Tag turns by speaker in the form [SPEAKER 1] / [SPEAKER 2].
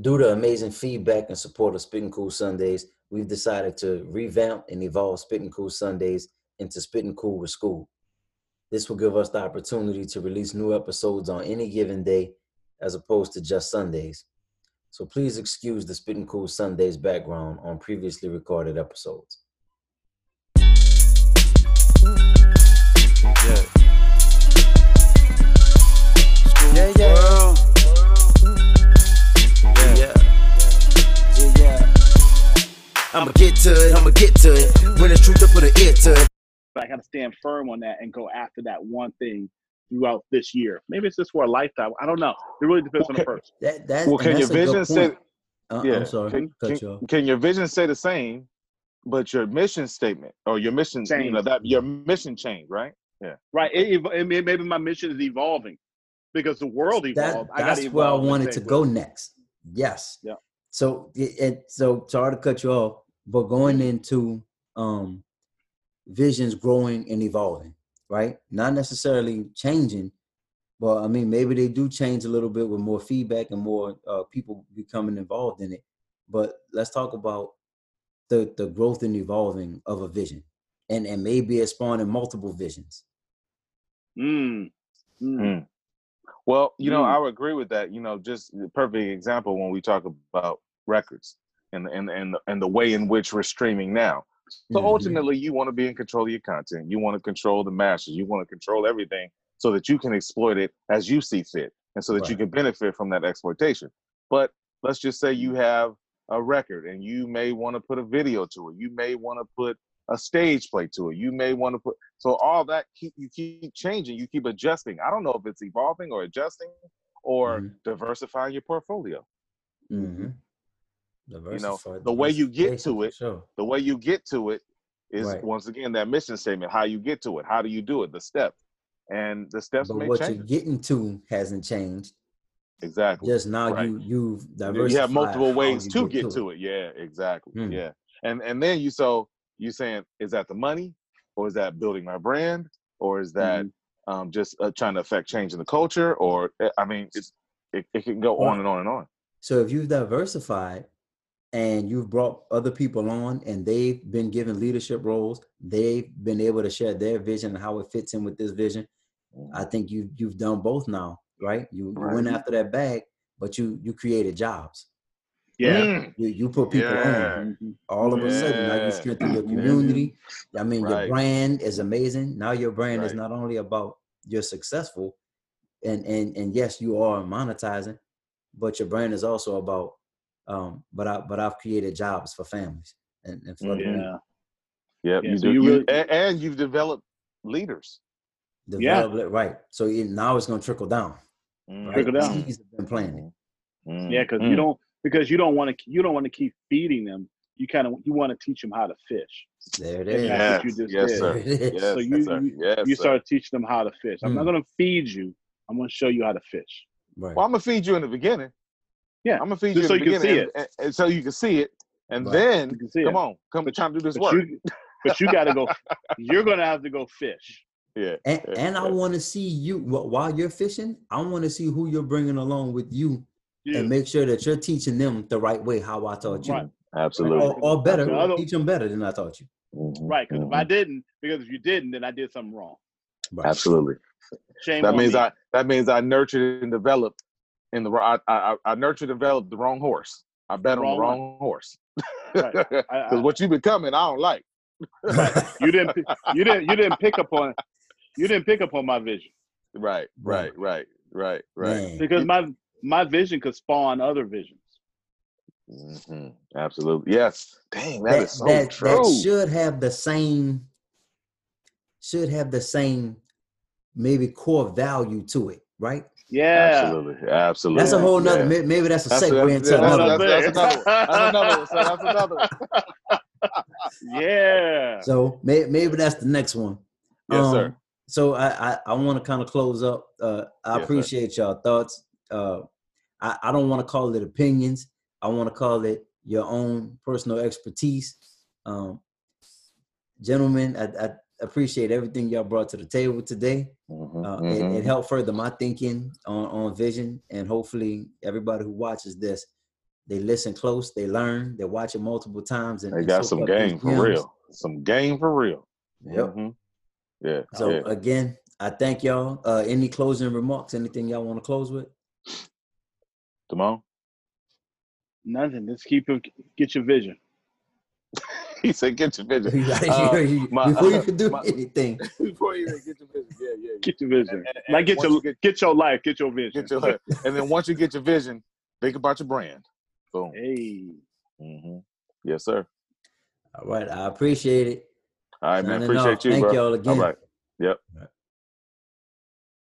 [SPEAKER 1] Due to amazing feedback and support of Spitting Cool Sundays, we've decided to revamp and evolve Spitting Cool Sundays into Spitting Cool with School. This will give us the opportunity to release new episodes on any given day as opposed to just Sundays. So please excuse the Spitting Cool Sundays background on previously recorded episodes.
[SPEAKER 2] Yeah. School
[SPEAKER 3] Yeah, yeah.
[SPEAKER 2] world. Yeah.
[SPEAKER 3] I'ma get to it, I'ma get to it. When it's truth, I put an ear to it.
[SPEAKER 4] but I got to stand firm on that and go after that one thing throughout this year. Maybe it's just for a lifetime. I don't know. It really depends on the
[SPEAKER 2] Okay.
[SPEAKER 4] person.
[SPEAKER 1] That that
[SPEAKER 2] Well,
[SPEAKER 1] and
[SPEAKER 2] can your
[SPEAKER 1] that's a good
[SPEAKER 2] vision say?
[SPEAKER 1] point. Uh,
[SPEAKER 2] yeah,
[SPEAKER 1] I'm sorry,
[SPEAKER 2] can-
[SPEAKER 1] cut you off.
[SPEAKER 2] Can your vision say the same, but your mission statement or your mission, you know,
[SPEAKER 4] Change.
[SPEAKER 2] that your mission change, right?
[SPEAKER 4] Right. It, it, may- maybe my mission is evolving because the world
[SPEAKER 1] That,
[SPEAKER 4] evolved. I gotta
[SPEAKER 1] that's where I
[SPEAKER 4] evolve and
[SPEAKER 1] wanted
[SPEAKER 4] stay
[SPEAKER 1] to
[SPEAKER 4] with
[SPEAKER 1] go
[SPEAKER 4] it.
[SPEAKER 1] next. Yes.
[SPEAKER 4] Yeah.
[SPEAKER 1] So it, it- so sorry to cut you off, but going
[SPEAKER 2] Mm-hmm.
[SPEAKER 1] into um visions growing and evolving, right? Not necessarily changing, but I mean maybe they do change a little bit with more feedback and more uh, people becoming involved in it. But let's talk about the the growth and evolving of a vision, and and maybe it's spawning multiple visions.
[SPEAKER 4] Mm. Mm.
[SPEAKER 2] Well, you know,
[SPEAKER 4] Mm.
[SPEAKER 2] I would agree with that. You know, just the perfect example when we talk about records and and and and the way in which we're streaming now. So
[SPEAKER 1] Mhm.
[SPEAKER 2] ultimately, you want to be in control of your content. You want to control the masters. You want to control everything so that you can exploit it as you see fit, and so that you
[SPEAKER 1] Right.
[SPEAKER 2] can benefit from that exploitation. But let's just say you have a record and you may want to put a video to it. You may want to put a stage play to it. You may want to put so all that keep you keep changing, you keep adjusting. I don't know if it's evolving or adjusting or
[SPEAKER 1] Mhm.
[SPEAKER 2] diversifying your portfolio.
[SPEAKER 1] Mm-hmm.
[SPEAKER 2] the way you get to it-
[SPEAKER 1] Sure.
[SPEAKER 2] The way you get to it is
[SPEAKER 1] Right.
[SPEAKER 2] once again that mission statement, how you get to it, how do you do it, the steps. And the steps
[SPEAKER 1] But
[SPEAKER 2] may
[SPEAKER 1] what
[SPEAKER 2] change.
[SPEAKER 1] you're getting to hasn't changed.
[SPEAKER 2] Exactly.
[SPEAKER 1] Just now
[SPEAKER 2] Right.
[SPEAKER 1] you you've
[SPEAKER 2] You-
[SPEAKER 1] diversified.
[SPEAKER 2] you have multiple
[SPEAKER 1] how
[SPEAKER 2] ways
[SPEAKER 1] you
[SPEAKER 2] to get to it. Yeah, exactly.
[SPEAKER 4] Hmm.
[SPEAKER 1] Mm.
[SPEAKER 2] Yeah. And and then you so you saying is that the money or is that building my brand or is that
[SPEAKER 4] Mm-hmm.
[SPEAKER 2] um, just uh, trying to affect change in the culture or uh, I mean it's, it it can go on
[SPEAKER 1] Right.
[SPEAKER 2] and on and on.
[SPEAKER 1] So if you've diversified and you've brought other people on and they've been given leadership roles, they've been able to share their vision and how it fits in with this vision. I think you you've done both now, right? You, you went
[SPEAKER 4] Right.
[SPEAKER 1] after that bag, but you you created jobs.
[SPEAKER 4] Yeah.
[SPEAKER 2] Mm.
[SPEAKER 1] You you put people on.
[SPEAKER 2] Yeah.
[SPEAKER 4] Mhm.
[SPEAKER 1] all of a sudden now
[SPEAKER 2] Yeah.
[SPEAKER 1] you strengthen your
[SPEAKER 4] Mhm.
[SPEAKER 1] community i mean
[SPEAKER 2] Right.
[SPEAKER 1] your brand is amazing now your brand is
[SPEAKER 2] Right.
[SPEAKER 1] not only about you're successful and and and yes you are monetizing but your brand is also about um but i but i've created jobs for families and, and for
[SPEAKER 2] Mm.
[SPEAKER 1] the
[SPEAKER 4] Yeah.
[SPEAKER 2] Yep.
[SPEAKER 4] Yeah,
[SPEAKER 2] you
[SPEAKER 4] so
[SPEAKER 2] do,
[SPEAKER 4] you
[SPEAKER 2] you-
[SPEAKER 4] really-
[SPEAKER 2] a- and you've developed leaders.
[SPEAKER 4] Yeah.
[SPEAKER 1] develop it right so it, now it's going to trickle down
[SPEAKER 2] Mm-hmm.
[SPEAKER 1] right?
[SPEAKER 4] Trickle down.
[SPEAKER 1] Seeds have been planted
[SPEAKER 2] Mm.
[SPEAKER 4] Yeah, because
[SPEAKER 2] Mm-hmm. Mm.
[SPEAKER 4] you don't because you don't want to you don't want to keep feeding them. You kind of you want to teach them how to fish.
[SPEAKER 1] there it is
[SPEAKER 4] Yeah.
[SPEAKER 2] Yes,
[SPEAKER 4] That's what you just
[SPEAKER 2] yes,
[SPEAKER 4] did.
[SPEAKER 2] sir.
[SPEAKER 1] There it is.
[SPEAKER 2] Yes,
[SPEAKER 4] So you-
[SPEAKER 2] sir.
[SPEAKER 4] you-
[SPEAKER 2] yes,
[SPEAKER 4] you
[SPEAKER 2] sir.
[SPEAKER 4] start teaching them how to fish. I'm not
[SPEAKER 1] Mm.
[SPEAKER 4] going to feed you. I'm going to show you how to fish.
[SPEAKER 1] right
[SPEAKER 2] Well, I'm gonna feed you in the beginning.
[SPEAKER 4] Yeah,
[SPEAKER 2] I'm gonna feed you
[SPEAKER 4] just
[SPEAKER 2] in the
[SPEAKER 4] so you can
[SPEAKER 2] beginning,
[SPEAKER 4] see
[SPEAKER 2] and, and- and so you can see it, and
[SPEAKER 1] Right.
[SPEAKER 2] then
[SPEAKER 4] You can see
[SPEAKER 2] come
[SPEAKER 4] it.
[SPEAKER 2] on, come
[SPEAKER 4] But
[SPEAKER 2] try to do this
[SPEAKER 4] But
[SPEAKER 2] work.
[SPEAKER 4] you, but you got to go. You're going to have to go fish.
[SPEAKER 2] yeah,
[SPEAKER 1] And,
[SPEAKER 2] Yeah,
[SPEAKER 1] and I
[SPEAKER 2] yeah.
[SPEAKER 1] want to see you wh- while you're fishing. I want to see who you're bringing along with you,
[SPEAKER 4] Yeah.
[SPEAKER 1] and make sure that you're teaching them the right way how I taught you,
[SPEAKER 4] Right.
[SPEAKER 2] absolutely.
[SPEAKER 1] or, or better,
[SPEAKER 4] I don't-
[SPEAKER 1] teach them better than I taught you.
[SPEAKER 2] Mhm,
[SPEAKER 4] Right. Because if
[SPEAKER 2] mhm.
[SPEAKER 4] I didn't, because if you didn't, then I did something wrong.
[SPEAKER 1] Right.
[SPEAKER 2] absolutely.
[SPEAKER 4] Shame
[SPEAKER 2] That
[SPEAKER 4] on
[SPEAKER 2] means
[SPEAKER 4] me.
[SPEAKER 2] I that means I nurtured and developed in the wr- I I, I nurtured and developed the wrong horse. I bet on
[SPEAKER 4] Wrong
[SPEAKER 2] the
[SPEAKER 4] one.
[SPEAKER 2] wrong horse.
[SPEAKER 4] Right.
[SPEAKER 2] Because
[SPEAKER 4] I, I-
[SPEAKER 2] what you becoming, I don't like.
[SPEAKER 4] you didn't. pi- You didn't. You didn't pick up on. You didn't pick up on my vision
[SPEAKER 2] Right, right, right, right, right.
[SPEAKER 1] Man.
[SPEAKER 4] because my my vision could spawn other visions. Mm-hmm.
[SPEAKER 2] hmm Absolutely. Yes. Dang,
[SPEAKER 1] that,
[SPEAKER 2] that is so
[SPEAKER 1] that,
[SPEAKER 2] true.
[SPEAKER 1] that should have the same should have the same maybe core value to it, right?
[SPEAKER 4] Yeah.
[SPEAKER 2] Absolutely. Absolutely.
[SPEAKER 1] That's a whole nother.
[SPEAKER 2] Yeah.
[SPEAKER 1] may- Maybe that's a
[SPEAKER 2] That's a-
[SPEAKER 1] segue
[SPEAKER 2] yeah,
[SPEAKER 1] into
[SPEAKER 2] that's-
[SPEAKER 1] another.
[SPEAKER 2] that's-
[SPEAKER 1] one.
[SPEAKER 2] another one. That's another one. So that's another
[SPEAKER 1] Uh,
[SPEAKER 2] one.
[SPEAKER 4] Yeah.
[SPEAKER 1] So may, maybe that's the next one. Um,
[SPEAKER 2] Yes, sir.
[SPEAKER 1] So I I, I want to kind of close up. Uh, I
[SPEAKER 2] Yes, sir.
[SPEAKER 1] appreciate y'all thoughts. Uh, I I don't want to call it opinions. I want to call it your own personal expertise. Um, gentlemen, I, I appreciate everything y'all brought to the table today.
[SPEAKER 2] Mhm,
[SPEAKER 4] Mm-hmm.
[SPEAKER 1] Uh,
[SPEAKER 2] mhm.
[SPEAKER 1] it, it helped further my thinking on on vision, and hopefully everybody who watches this They listen close. They learn. They watch it multiple times. And
[SPEAKER 2] They
[SPEAKER 1] and
[SPEAKER 2] got
[SPEAKER 1] soak
[SPEAKER 2] some
[SPEAKER 1] up those
[SPEAKER 2] game for
[SPEAKER 1] gems.
[SPEAKER 2] real. Some game for real.
[SPEAKER 1] Yep.
[SPEAKER 2] Mhm. Yeah.
[SPEAKER 1] So
[SPEAKER 2] yeah.
[SPEAKER 1] again, I thank y'all. Uh, any closing remarks? Anything y'all want to close with?
[SPEAKER 2] Damone?
[SPEAKER 4] Nothing. Just keep your get your vision.
[SPEAKER 2] He said, get your vision.
[SPEAKER 1] Like,
[SPEAKER 2] Uh,
[SPEAKER 1] you- you-
[SPEAKER 2] my-
[SPEAKER 1] before you can do
[SPEAKER 2] my-
[SPEAKER 1] anything,
[SPEAKER 2] Before you even get your vision. Yeah, yeah. yeah.
[SPEAKER 4] Get your vision.
[SPEAKER 2] And- and-
[SPEAKER 4] like
[SPEAKER 2] and
[SPEAKER 4] get
[SPEAKER 2] once
[SPEAKER 4] your
[SPEAKER 2] you get,
[SPEAKER 4] get your life. Get your vision.
[SPEAKER 2] get your and then once you get your vision, think about your brand. Boom.
[SPEAKER 4] hey.
[SPEAKER 2] hmm Yes, sir.
[SPEAKER 1] all right. I appreciate it.
[SPEAKER 2] All right,
[SPEAKER 1] Signing
[SPEAKER 2] man.
[SPEAKER 1] off.
[SPEAKER 2] Appreciate you,
[SPEAKER 1] Thank
[SPEAKER 2] bro.
[SPEAKER 1] y'all
[SPEAKER 2] All
[SPEAKER 1] again.
[SPEAKER 2] right. Yep.
[SPEAKER 1] All right.